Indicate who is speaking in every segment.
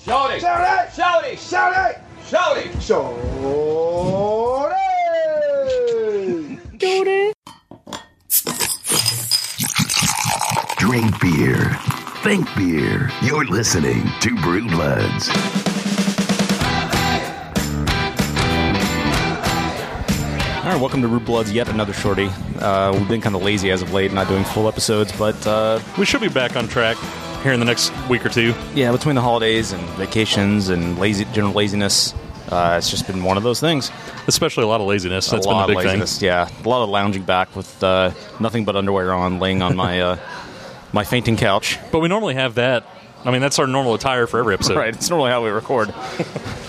Speaker 1: Shout it!
Speaker 2: Shout it!
Speaker 1: Shout it!
Speaker 2: Shout it!
Speaker 1: Shout it!
Speaker 2: Shout it!
Speaker 3: Drink beer. Think beer. You're listening to Brew Bloods.
Speaker 4: All right, welcome to Root Bloods, yet another shorty. Uh, we've been kind of lazy as of late, not doing full episodes, but uh,
Speaker 5: We should be back on track here in the next week or two.
Speaker 4: yeah, between the holidays and vacations and lazy general laziness, uh, it's just been one of those things.
Speaker 5: Especially a lot of laziness. That's
Speaker 4: a
Speaker 5: been
Speaker 4: lot
Speaker 5: the big
Speaker 4: of laziness, yeah. A lot of lounging back with uh, nothing but underwear on, laying on my uh, my fainting couch.
Speaker 5: thing. But we normally have that. I mean, that's our normal attire for every episode.
Speaker 4: Right, it's normally how we record.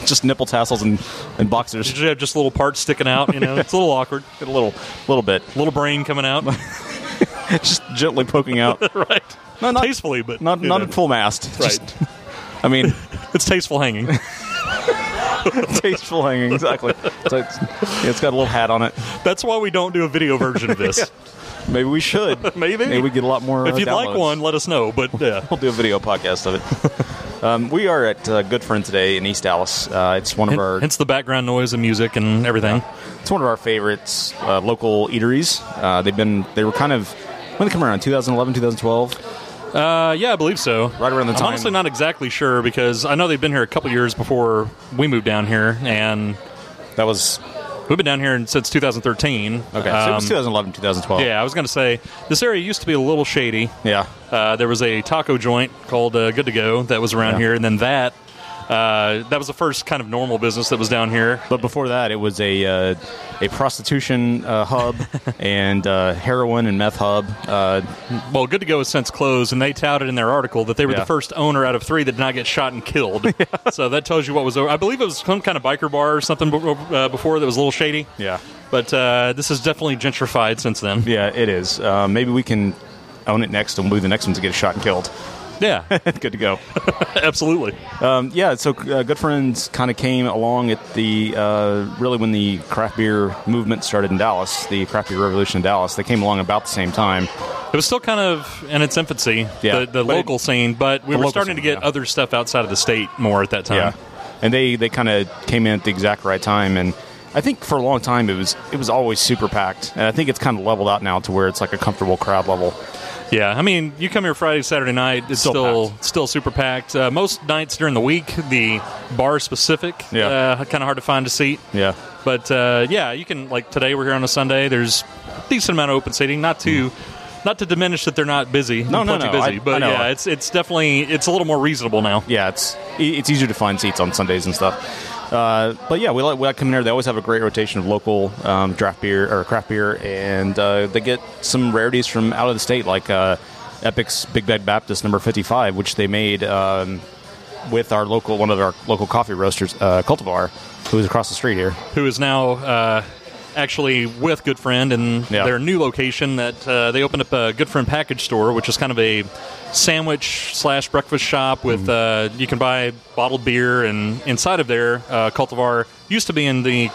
Speaker 4: just nipple tassels and, and boxers.
Speaker 5: Usually have just little parts sticking out. You know, it's a little awkward.
Speaker 4: A little, little bit,
Speaker 5: Little brain coming out.
Speaker 4: just gently poking out.
Speaker 5: right.
Speaker 4: No, not-
Speaker 5: tastefully, but
Speaker 4: Not
Speaker 5: you
Speaker 4: not
Speaker 5: know,
Speaker 4: at full mast.
Speaker 5: Right.
Speaker 4: Just- I mean,
Speaker 5: it's tasteful hanging.
Speaker 4: tasteful hanging. Exactly. It's, like, yeah, it's got a little hat on it.
Speaker 5: That's why we don't do a video version of this.
Speaker 4: Maybe we should.
Speaker 5: Maybe.
Speaker 4: Maybe we get a lot more.
Speaker 5: If
Speaker 4: uh,
Speaker 5: you'd like
Speaker 4: downloads.
Speaker 5: one, let us know. But yeah,
Speaker 4: we'll do a video podcast of it. um, we are at uh, Good Friend today in East Dallas. Uh, it's one of our
Speaker 5: hence the background noise and music and everything.
Speaker 4: it's one of our favorites uh, local eateries. Uh, they've been they were kind of when they come around 2011 2012
Speaker 5: Uh, yeah, I believe so.
Speaker 4: Right around the
Speaker 5: I'm
Speaker 4: time.
Speaker 5: honestly not exactly sure because I know they've been here a couple years before we moved down here, and
Speaker 4: that was
Speaker 5: we've been down here since 2013.
Speaker 4: okay so it was
Speaker 5: Um,
Speaker 4: 2011 2012
Speaker 5: Yeah, I was going to say this area used to be a little shady.
Speaker 4: yeah
Speaker 5: Uh, there was a taco joint called uh, Good to Go that was around
Speaker 4: Yeah.
Speaker 5: here, and then that uh, that was the first kind of normal business that was down here.
Speaker 4: but before that it was a uh, a prostitution uh, hub and uh, heroin and meth hub uh,
Speaker 5: Well, Good to Go has since closed, and they touted in their article that they were
Speaker 4: Yeah.
Speaker 5: the first owner out of three that did not get shot and killed. So that tells you what was over. I believe it was some kind of biker bar or something be- uh, before that was a little shady.
Speaker 4: Yeah.
Speaker 5: But uh, this is definitely gentrified since then.
Speaker 4: yeah it is uh, maybe we can own it next and we'll be the next ones to get shot and killed
Speaker 5: Yeah,
Speaker 4: good to go
Speaker 5: absolutely.
Speaker 4: Um, yeah, so uh, Good Friends kind of came along at the uh, really when the craft beer movement started in Dallas, the craft beer revolution in Dallas. They came along about the same time.
Speaker 5: It was still kind of in its infancy,
Speaker 4: Yeah.
Speaker 5: the, the
Speaker 4: But it-
Speaker 5: local scene, but we
Speaker 4: the
Speaker 5: were
Speaker 4: local
Speaker 5: starting to
Speaker 4: scene,
Speaker 5: get
Speaker 4: yeah.
Speaker 5: other stuff outside of the state more at that time.
Speaker 4: and they they kind of came in at the exact right time, and I think for a long time it was it was always super packed, and I think it's kind of leveled out now to where it's like a comfortable crowd level.
Speaker 5: Yeah, I mean, you come here Friday, Saturday night. It's
Speaker 4: Still
Speaker 5: still
Speaker 4: packed.
Speaker 5: still super packed. Uh, most nights during the week, the bar specific,
Speaker 4: Yeah.
Speaker 5: uh, kind of hard to find a seat.
Speaker 4: Yeah,
Speaker 5: But uh, yeah, you can like today we're here on a Sunday. There's a decent amount of open seating. Not to not to diminish that they're not busy.
Speaker 4: Mm. No,
Speaker 5: and
Speaker 4: no,
Speaker 5: plenty
Speaker 4: no.
Speaker 5: busy.
Speaker 4: I- I
Speaker 5: but
Speaker 4: know.
Speaker 5: yeah, it's it's definitely it's a little more reasonable now.
Speaker 4: yeah, it's e- it's easier to find seats on Sundays and stuff. Uh, but yeah, we like, we like coming here. They always have a great rotation of local um, draft beer or craft beer, and uh, they get some rarities from out of the state, like uh, Epic's Big Bad Baptist number fifty five, which they made um, with our local one of our local coffee roasters, uh, Cultivar, who's across the street here.
Speaker 5: Who is now uh, actually with Good Friend and
Speaker 4: Yeah.
Speaker 5: their new location that uh, they opened up a Good Friend package store, which is kind of a sandwich slash breakfast shop
Speaker 4: Hmm.
Speaker 5: with uh, you can buy bottled beer and inside of there, uh, Cultivar used to be in the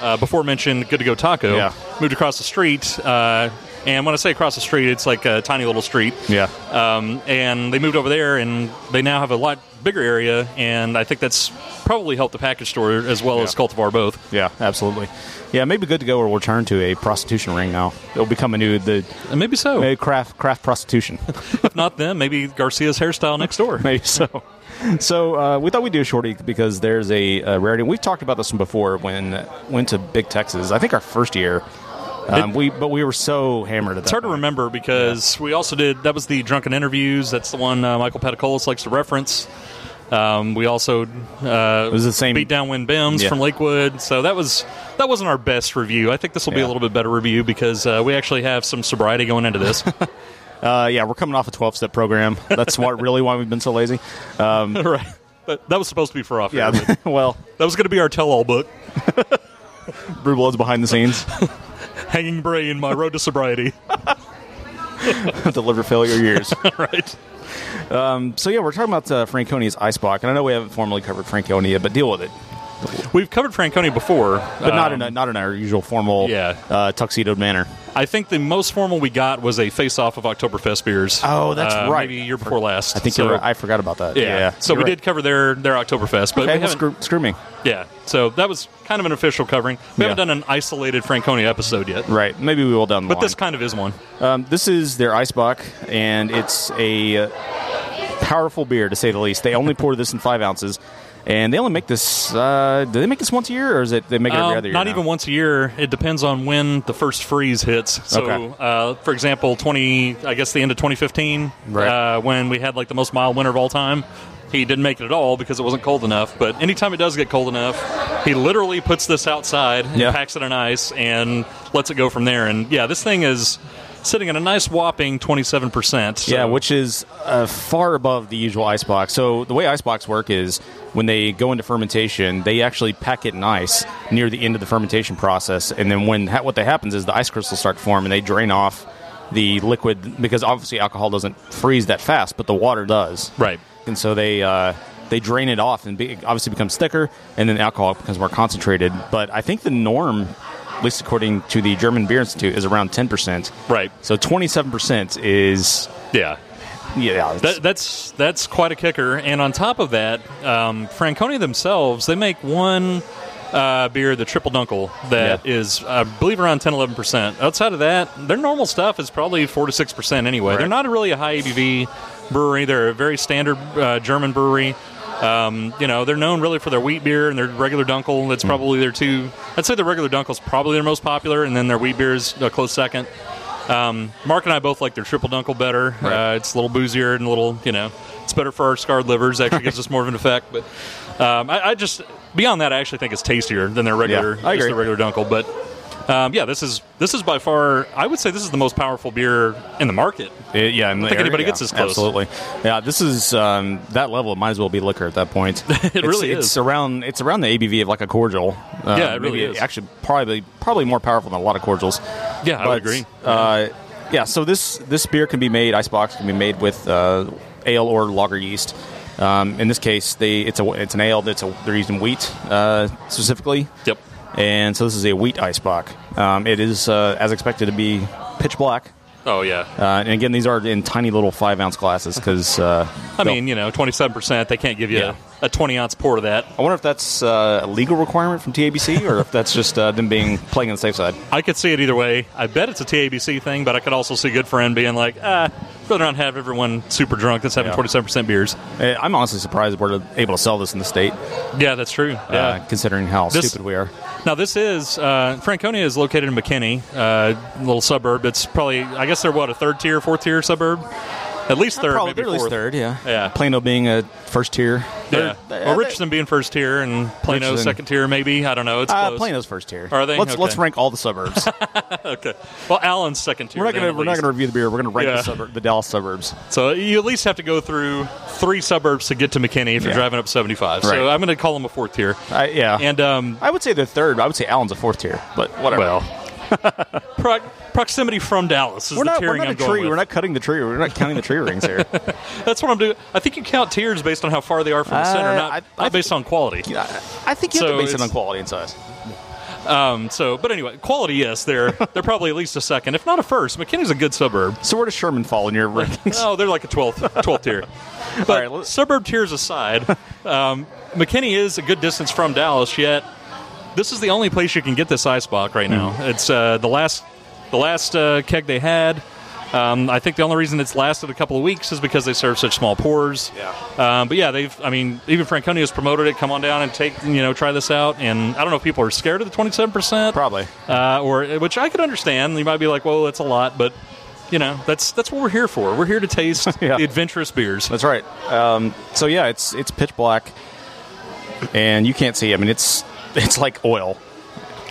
Speaker 5: uh, before mentioned Good to Go Taco.
Speaker 4: Yeah.
Speaker 5: Moved across the street. Uh, and when I say across the street, it's like a tiny little street.
Speaker 4: Yeah,
Speaker 5: Um, and they moved over there, and they now have a lot bigger area, and I think that's probably helped the package store as well as
Speaker 4: Yeah.
Speaker 5: Cultivar both.
Speaker 4: yeah, absolutely. Yeah, maybe good to go or return to a prostitution ring now. It'll become a new the
Speaker 5: Uh, Maybe so.
Speaker 4: maybe craft craft prostitution.
Speaker 5: If not them, maybe Garcia's hairstyle next door.
Speaker 4: Maybe so. So uh, we thought we'd do a shorty because there's a, uh rarity. We've talked about this one before when went to Big Texas. I think our first year. Um, we but we were so hammered at that.
Speaker 5: It's hard to
Speaker 4: point.
Speaker 5: remember because we also did that was the drunken interviews. That's the one uh, Michael Patacolis likes to reference. Um, we also uh, it
Speaker 4: was the same-
Speaker 5: beat down Win Bims
Speaker 4: Yeah.
Speaker 5: from Lakewood. So that was that wasn't our best review. I think this will be
Speaker 4: Yeah.
Speaker 5: a little bit better review because uh, we actually have some sobriety going into this.
Speaker 4: Uh, yeah, we're coming off a 12 step program. That's what really why we've been so lazy. Um,
Speaker 5: right. But that was supposed to be for off. air,
Speaker 4: yeah.
Speaker 5: but
Speaker 4: well,
Speaker 5: That was going to be our tell all book.
Speaker 4: Brew Blood's behind the scenes.
Speaker 5: Hanging brain, my road to sobriety.
Speaker 4: the liver failure years.
Speaker 5: right.
Speaker 4: so yeah, we're talking about uh, Franconi's ice block, and I know we haven't formally covered Franconia, but deal with it.
Speaker 5: We've covered Franconia before,
Speaker 4: But not in a, not in our usual formal
Speaker 5: Um, yeah.
Speaker 4: uh, tuxedoed manner.
Speaker 5: I think the most formal we got was a face off of Oktoberfest beers.
Speaker 4: Oh, that's
Speaker 5: uh,
Speaker 4: right.
Speaker 5: Maybe year before last.
Speaker 4: I think
Speaker 5: so,
Speaker 4: you're right. I forgot about that.
Speaker 5: yeah.
Speaker 4: Yeah.
Speaker 5: So
Speaker 4: You're
Speaker 5: we
Speaker 4: right.
Speaker 5: did cover their their Oktoberfest, but we
Speaker 4: Okay, well,
Speaker 5: haven't-
Speaker 4: screw, screw me.
Speaker 5: yeah. So that was kind of an official covering. We
Speaker 4: Yeah.
Speaker 5: haven't done an isolated Franconia episode yet,
Speaker 4: Right. Maybe we will down the
Speaker 5: but
Speaker 4: line.
Speaker 5: this kind of is one.
Speaker 4: Um, this is their Eisbach, and it's a uh, powerful beer to say the least. They only pour this in five ounces, and they only make this. Uh, do they make this once a year, or is it they make it every
Speaker 5: Um,
Speaker 4: other year?
Speaker 5: not
Speaker 4: now?
Speaker 5: even once a year. It depends on when the first freeze hits. So,
Speaker 4: Okay.
Speaker 5: uh, for example, twenty, I guess the end of 2015,
Speaker 4: Right.
Speaker 5: uh, when we had like the most mild winter of all time. He didn't make it at all because it wasn't cold enough. But anytime it does get cold enough, he literally puts this outside, and
Speaker 4: Yeah.
Speaker 5: packs it on ice, and lets it go from there. And yeah, this thing is sitting at a nice whopping 27%. so-
Speaker 4: Yeah, which is uh, far above the usual icebox. So the way icebox work is when they go into fermentation, they actually pack it in ice near the end of the fermentation process, and then when ha- what that happens is the ice crystals start to form and they drain off the liquid because obviously alcohol doesn't freeze that fast, but the water does.
Speaker 5: Right.
Speaker 4: and so they uh, they drain it off and be, it obviously becomes thicker, and then alcohol becomes more concentrated. But I think the norm, at least according to the German Beer Institute, is around ten percent.
Speaker 5: Right.
Speaker 4: So twenty seven percent is
Speaker 5: Yeah.
Speaker 4: yeah. it's-
Speaker 5: That, that's that's quite a kicker. And on top of that, um, Franconia themselves they make one uh, beer, the Triple Dunkel, that
Speaker 4: Yeah.
Speaker 5: is I believe around 10 11 percent. Outside of that, their normal stuff is probably four to six percent anyway. They're not really a high ABV brewery. They're a very standard uh, German brewery. Um, you know, they're known really for their wheat beer and their regular Dunkel. That's probably their two. I'd say the regular Dunkel's probably their most popular, and then their wheat beer is a close second. Mark and I both like their triple dunkel better. Uh, it's a little boozier and a little, you know, it's better for our scarred livers. Actually, gives us more of an effect. But um, I, I just beyond that, I actually think it's tastier than their regular,
Speaker 4: I
Speaker 5: just
Speaker 4: agree.
Speaker 5: the regular dunkel. But um, yeah, this is this is by far. I would say this is the most powerful beer in the market.
Speaker 4: Uh, yeah, I don't
Speaker 5: think anybody gets this close.
Speaker 4: Absolutely. Yeah, this is um, that level. It might as well be liquor at that point. it it's,
Speaker 5: really
Speaker 4: it's
Speaker 5: is.
Speaker 4: around it's around the ABV of like a cordial. Uh,
Speaker 5: Yeah, it really
Speaker 4: maybe-
Speaker 5: is.
Speaker 4: Actually, probably probably more powerful than a lot of cordials.
Speaker 5: Yeah, I
Speaker 4: But,
Speaker 5: would agree.
Speaker 4: Uh, yeah, so this this beer can be made icebox can be made with uh, ale or lager yeast. Um, in this case, they it's a it's an ale that's a, they're using wheat uh, specifically.
Speaker 5: Yep.
Speaker 4: And so this is a wheat icebox. Um, it is uh, as expected to be pitch black.
Speaker 5: Oh yeah.
Speaker 4: Uh, and again, these are in tiny little five ounce glasses because uh,
Speaker 5: I mean, you know, twenty seven percent. They can't give you
Speaker 4: Yeah.
Speaker 5: a, a twenty ounce pour of that.
Speaker 4: I wonder if that's uh, a legal requirement from TABC or if that's just uh, them being playing on the safe side.
Speaker 5: I could see it either way. I bet it's a TABC thing, but I could also see good friend being like, ah, rather not have everyone super drunk that's having
Speaker 4: Yeah.
Speaker 5: twenty seven percent beers.
Speaker 4: Eh, I'm honestly surprised we're able to sell this in the state,
Speaker 5: Yeah, that's true.
Speaker 4: uh,
Speaker 5: Yeah.
Speaker 4: considering how
Speaker 5: This-
Speaker 4: stupid we are.
Speaker 5: now this is uh, Franconia is located in McKinney, uh, little suburb. It's probably I guess they're what a third tier, fourth tier suburb. At least third,
Speaker 4: Probably
Speaker 5: maybe
Speaker 4: at least
Speaker 5: fourth.
Speaker 4: third, yeah.
Speaker 5: Yeah.
Speaker 4: Plano being a first tier.
Speaker 5: Yeah.
Speaker 4: They're- they-
Speaker 5: well, Richardson being first tier and Plano
Speaker 4: Richardson.
Speaker 5: second tier, maybe. I don't know. It's
Speaker 4: Uh,
Speaker 5: close.
Speaker 4: Plano's first tier.
Speaker 5: Are they?
Speaker 4: Let's
Speaker 5: Okay.
Speaker 4: let's rank all the suburbs.
Speaker 5: Okay. Well, Allen's second tier.
Speaker 4: we're not
Speaker 5: then,
Speaker 4: gonna
Speaker 5: at
Speaker 4: we're not
Speaker 5: least.
Speaker 4: gonna review the beer. We're gonna rank
Speaker 5: Yeah.
Speaker 4: the suburb, the Dallas suburbs.
Speaker 5: So you at least have to go through three suburbs to get to McKinney if you're
Speaker 4: Yeah.
Speaker 5: driving up 75.
Speaker 4: Right.
Speaker 5: So I'm going to call them a fourth tier.
Speaker 4: I yeah.
Speaker 5: And um,
Speaker 4: I would say they're third. I would say Allen's a fourth tier, but whatever.
Speaker 5: well, pro- proximity from Dallas is
Speaker 4: we're
Speaker 5: the
Speaker 4: not,
Speaker 5: tiering
Speaker 4: we're not
Speaker 5: I'm
Speaker 4: a
Speaker 5: going
Speaker 4: tree.
Speaker 5: with.
Speaker 4: We're not cutting the tree. We're not counting the tree rings here.
Speaker 5: That's what I'm doing. I think you count tiers based on how far they are from the
Speaker 4: Uh,
Speaker 5: center, not,
Speaker 4: I- I
Speaker 5: not based on quality.
Speaker 4: Yeah, I I think you have
Speaker 5: So
Speaker 4: to base it on
Speaker 5: it's-
Speaker 4: quality and size.
Speaker 5: Um, so, but anyway, quality yes, they're they're probably at least a second, if not a first. McKinney's a good suburb.
Speaker 4: So where does Sherman fall in your rankings?
Speaker 5: No, they're like a 12th, 12th tier. But
Speaker 4: All right, let's-
Speaker 5: suburb tiers aside, um, McKinney is a good distance from Dallas, yet this is the only place you can get this icebox right now.
Speaker 4: Hmm.
Speaker 5: It's uh, the last the last uh, keg they had. Um, I think the only reason it's lasted a couple of weeks is because they serve such small pours.
Speaker 4: Yeah.
Speaker 5: Um, but yeah, they've. I mean, even Franconia has promoted it. Come on down and take you know try this out. And I don't know if people are scared of the twenty seven percent
Speaker 4: Probably.
Speaker 5: uh, or which I could understand. You might be like, "Well, that's a lot," but you know, that's that's what we're here for. We're here to taste
Speaker 4: Yeah.
Speaker 5: the adventurous beers.
Speaker 4: That's right. Um, so yeah, it's it's pitch black, and you can't see. I mean, it's it's like oil.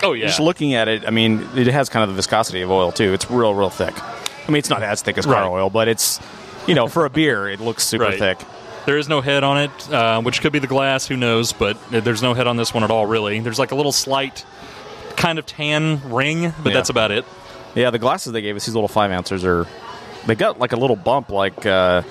Speaker 5: Oh yeah,
Speaker 4: Just looking at it, I mean, it has kind of the viscosity of oil too. It's real, real thick. I mean, it's not as thick as car
Speaker 5: Right.
Speaker 4: oil, but it's you know for a beer, it looks super
Speaker 5: Right.
Speaker 4: thick.
Speaker 5: There is no head on it, uh, which could be the glass. Who knows? But there's no head on this one at all, really. There's like a little slight kind of tan ring, but
Speaker 4: Yeah.
Speaker 5: that's about it.
Speaker 4: Yeah, the glasses they gave us, these little five ounces, are they got like a little bump, like uh,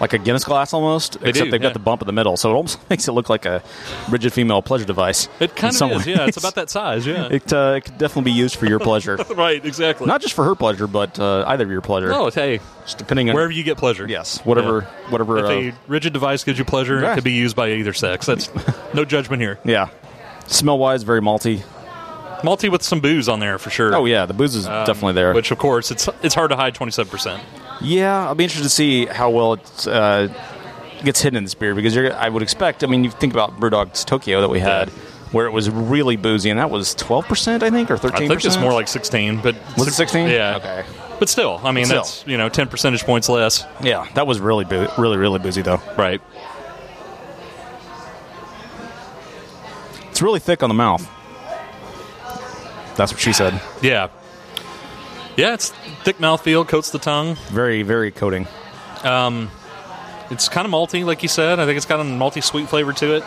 Speaker 4: like a Guinness glass almost,
Speaker 5: They
Speaker 4: except
Speaker 5: do,
Speaker 4: they've
Speaker 5: yeah.
Speaker 4: got the bump in the middle, so it almost makes it look like a rigid female pleasure device.
Speaker 5: It kind
Speaker 4: in
Speaker 5: of
Speaker 4: some
Speaker 5: is. Yeah, it's
Speaker 4: ways.
Speaker 5: about that size. Yeah.
Speaker 4: It, uh, it could definitely be used for your pleasure,
Speaker 5: right. Exactly.
Speaker 4: not just for her pleasure, but uh, either of your pleasure.
Speaker 5: no. it's- Hey,
Speaker 4: just depending on
Speaker 5: wherever you get pleasure.
Speaker 4: yes, whatever, whatever.
Speaker 5: If
Speaker 4: uh,
Speaker 5: a rigid device gives you pleasure,
Speaker 4: Yeah.
Speaker 5: it could be used by either sex. That's no judgment here.
Speaker 4: yeah, smell wise, very malty.
Speaker 5: Malty with some booze on there for sure.
Speaker 4: Oh yeah, the booze is definitely there.
Speaker 5: Um, Which, of course, it's it's hard to hide twenty seven percent.
Speaker 4: Yeah, I'll be interested to see how well it uh, gets hidden in this beer because you're, I would expect. I mean, you think about Brewdog's Tokyo that we had,
Speaker 5: Yeah.
Speaker 4: where it was really boozy, and that was twelve percent, I think, or
Speaker 5: I
Speaker 4: thirteen.
Speaker 5: think it's more like sixteen, but
Speaker 4: Was it 16?
Speaker 5: Yeah.
Speaker 4: Okay.
Speaker 5: But still, I mean,
Speaker 4: Still.
Speaker 5: that's you know ten percentage points less.
Speaker 4: yeah, that was really, boo- really, really boozy though.
Speaker 5: Right.
Speaker 4: It's really thick on the mouth. That's what she said.
Speaker 5: Yeah. Yeah, it's thick mouthfeel, coats the tongue.
Speaker 4: Very, very coating.
Speaker 5: It's kind of malty, like you said. I think it's got a malty sweet flavor to it.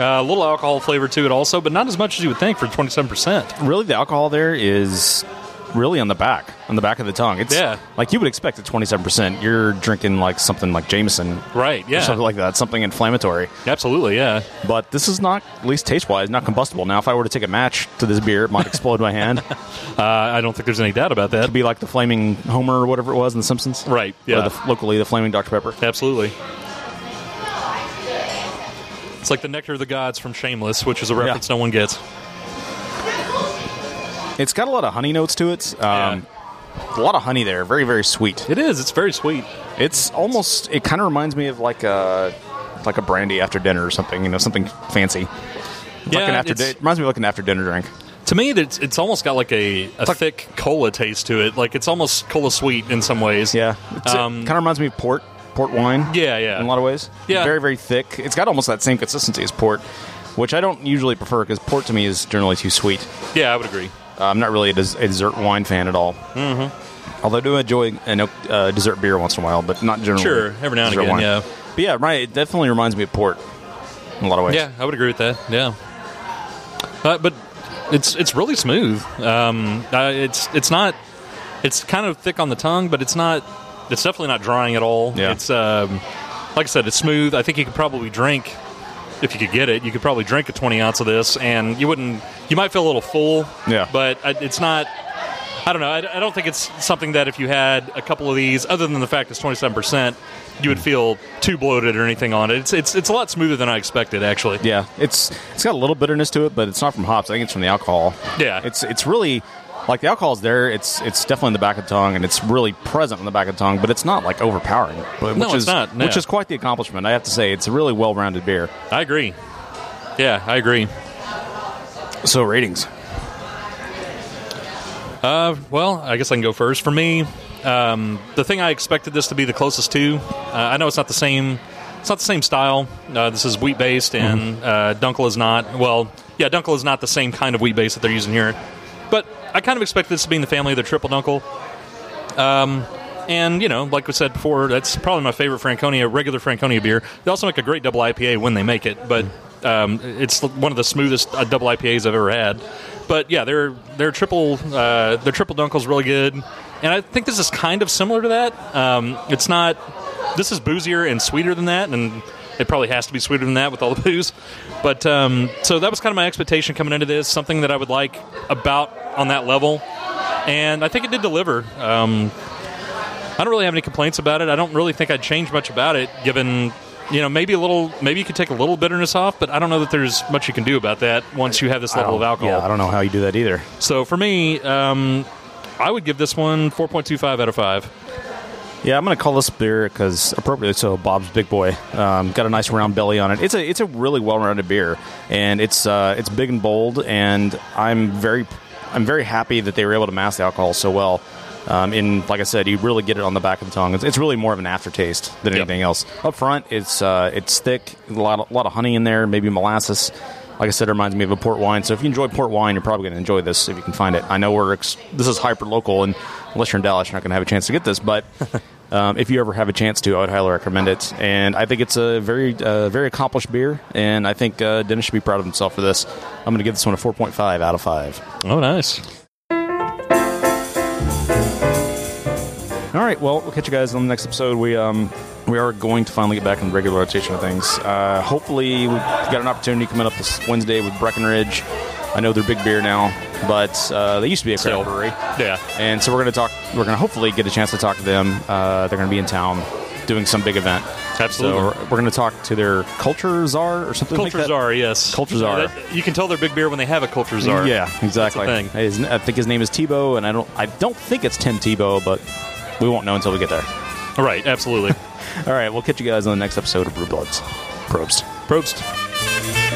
Speaker 5: Uh, a little alcohol flavor to it also, but not as much as you would think for 27%.
Speaker 4: Really, the alcohol there is really on the back, on the back of the tongue. It's
Speaker 5: Yeah.
Speaker 4: like you would expect at twenty seven percent. You're drinking like something like Jameson.
Speaker 5: Right,
Speaker 4: Or
Speaker 5: yeah.
Speaker 4: something like that, something inflammatory.
Speaker 5: Absolutely, yeah.
Speaker 4: But this is not, at least taste wise, not combustible. Now, if I were to take a match to this beer, it might explode my hand. It'd
Speaker 5: Uh, I don't think there's any doubt about that.
Speaker 4: be like the flaming Homer or whatever it was in The Simpsons.
Speaker 5: Right,
Speaker 4: Or
Speaker 5: yeah.
Speaker 4: the, locally, the flaming Dr. Pepper.
Speaker 5: Absolutely. It's like the nectar of the gods from Shameless, which is a reference no one gets.
Speaker 4: It's got a lot of honey notes to it. Um, A lot of honey there. Very, very sweet.
Speaker 5: It is. It's very sweet.
Speaker 4: It's almost, it kind of reminds me of like a. Like a brandy after dinner or something, you know, something fancy.
Speaker 5: yeah,
Speaker 4: like an after
Speaker 5: it's-
Speaker 4: di- it reminds me of like an after dinner drink.
Speaker 5: to me, it's it's almost got like a, a
Speaker 4: like-
Speaker 5: thick cola taste to it. Like it's almost cola sweet in some ways.
Speaker 4: Yeah, It's-
Speaker 5: Um,
Speaker 4: it kind of reminds me of port, port wine.
Speaker 5: Yeah, yeah.
Speaker 4: in a lot of ways.
Speaker 5: Yeah.
Speaker 4: very very thick. It's got almost that same consistency as port, which I don't usually prefer because port to me is generally too sweet.
Speaker 5: yeah, I would agree.
Speaker 4: Uh, I'm not really a, des- a dessert wine fan at all. Mm-hmm. Although I do enjoy an oak- uh, dessert beer once in a while, but not generally.
Speaker 5: Sure, every now and
Speaker 4: dessert
Speaker 5: again, yeah.
Speaker 4: but yeah, right. It definitely reminds me of port in a lot of ways.
Speaker 5: Yeah, I would agree with that. Yeah, uh, but it's it's really smooth. Um, uh, it's it's not. It's kind of thick on the tongue, but it's not. It's definitely not drying at all.
Speaker 4: Yeah.
Speaker 5: It's um, like I said, it's smooth. I think you could probably drink if you could get it. You could probably drink a twenty ounce of this, and you wouldn't. You might feel a little full.
Speaker 4: Yeah.
Speaker 5: but I- it's not. I don't know. I, I don't think it's something that if you had a couple of these, other than the fact it's twenty seven percent, you would feel too bloated or anything on it. It's it's it's a lot smoother than I expected, actually.
Speaker 4: Yeah, it's it's got a little bitterness to it, but it's not from hops. I think it's from the alcohol.
Speaker 5: Yeah.
Speaker 4: it's it's really like the alcohol's there. It's it's definitely in the back of the tongue, and it's really present in the back of the tongue, but it's not like overpowering. But,
Speaker 5: No,
Speaker 4: which
Speaker 5: it's
Speaker 4: is,
Speaker 5: not, no.
Speaker 4: Which is quite the accomplishment, I have to say. It's a really well-rounded beer.
Speaker 5: I agree. Yeah, I agree.
Speaker 4: So ratings.
Speaker 5: Uh, well, I guess I can go first. For me, um, the thing I expected this to be the closest to. Uh, I know it's not the same. It's not the same style. Uh, this is wheat based, and uh, Dunkel is not. Well, yeah, Dunkel is not the same kind of wheat base that they're using here. But I kind of expected this to be in the family of the triple Dunkel. And you know, like we said before, that's probably my favorite Franconia, regular Franconia beer. They also make a great double IPA when they make it, but um, it's one of the smoothest uh, double IPAs I've ever had. But yeah, their their triple uh, their triple dunkel's really good, and I think this is kind of similar to that. Um, it's not. This is boozier and sweeter than that, and it probably has to be sweeter than that with all the booze. But um, so that was kind of my expectation coming into this. Something that I would like about on that level, and I think it did deliver. Um, I don't really have any complaints about it. I don't really think I'd change much about it, given you know maybe a little, maybe you could take a little bitterness off, but I don't know that there's much you can do about that once you have this level of alcohol.
Speaker 4: Um, Yeah, I don't know how you do that either.
Speaker 5: So for me, um, I would give this one 4.25 out of five.
Speaker 4: Yeah, I'm going to call this beer because appropriately so. Bob's Big Boy um, got a nice round belly on it. It's a it's a really well rounded beer, and it's uh, it's big and bold. And I'm very I'm very happy that they were able to mask the alcohol so well. Um, and like I said, you really get it on the back of the tongue. It's, it's really more of an aftertaste than
Speaker 5: Yep.
Speaker 4: anything else. Up front, it's uh, it's thick, a lot of, lot of honey in there, maybe molasses. Like I said, it reminds me of a port wine. So if you enjoy port wine, you're probably going to enjoy this if you can find it. I know we're ex- this is hyper local, and unless you're in Dallas, you're not going to have a chance to get this. But um, if you ever have a chance to, I would highly recommend it. And I think it's a very uh, very accomplished beer, and I think uh, Dennis should be proud of himself for this. I'm going to give this one a 4.5 out of five.
Speaker 5: Oh, nice.
Speaker 4: All right, well, we'll catch you guys on the next episode. We um, We are going to finally get back in the regular rotation of things. Uh, hopefully, we've got an opportunity coming up this Wednesday with Breckenridge. I know they're big beer now, but uh, they used to be a craft brewery.
Speaker 5: Yeah.
Speaker 4: And so we're going to talk. We're going to hopefully get a chance to talk to them. Uh, they're going to be in town doing some big event.
Speaker 5: Absolutely.
Speaker 4: So we're, we're going to talk to their culture czar or something. like
Speaker 5: Culture
Speaker 4: that.
Speaker 5: czar, yes.
Speaker 4: Culture czar.
Speaker 5: That- you can tell they're big beer when they have a culture czar.
Speaker 4: Yeah, exactly.
Speaker 5: That's the thing.
Speaker 4: His- I think his name is Tebow, and I don't. I don't think it's Tim Tebow, but we won't know until we get there.
Speaker 5: Right, absolutely.
Speaker 4: All right, we'll catch you guys on the next episode of Brew Bloods. Probst.
Speaker 5: Probst.
Speaker 1: Thank